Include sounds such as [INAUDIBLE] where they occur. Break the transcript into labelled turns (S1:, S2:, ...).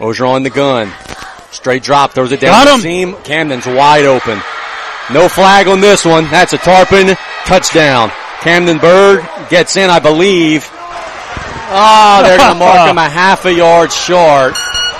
S1: Mosier on the gun. Straight drop, throws it down
S2: Got
S1: the
S2: him.
S1: seam. Camden's wide open. No flag on this one. That's a Tarpon touchdown. Camden Bird Ah,
S2: [LAUGHS]
S1: gets in, I believe. Oh, they're going to mark him a half a yard short.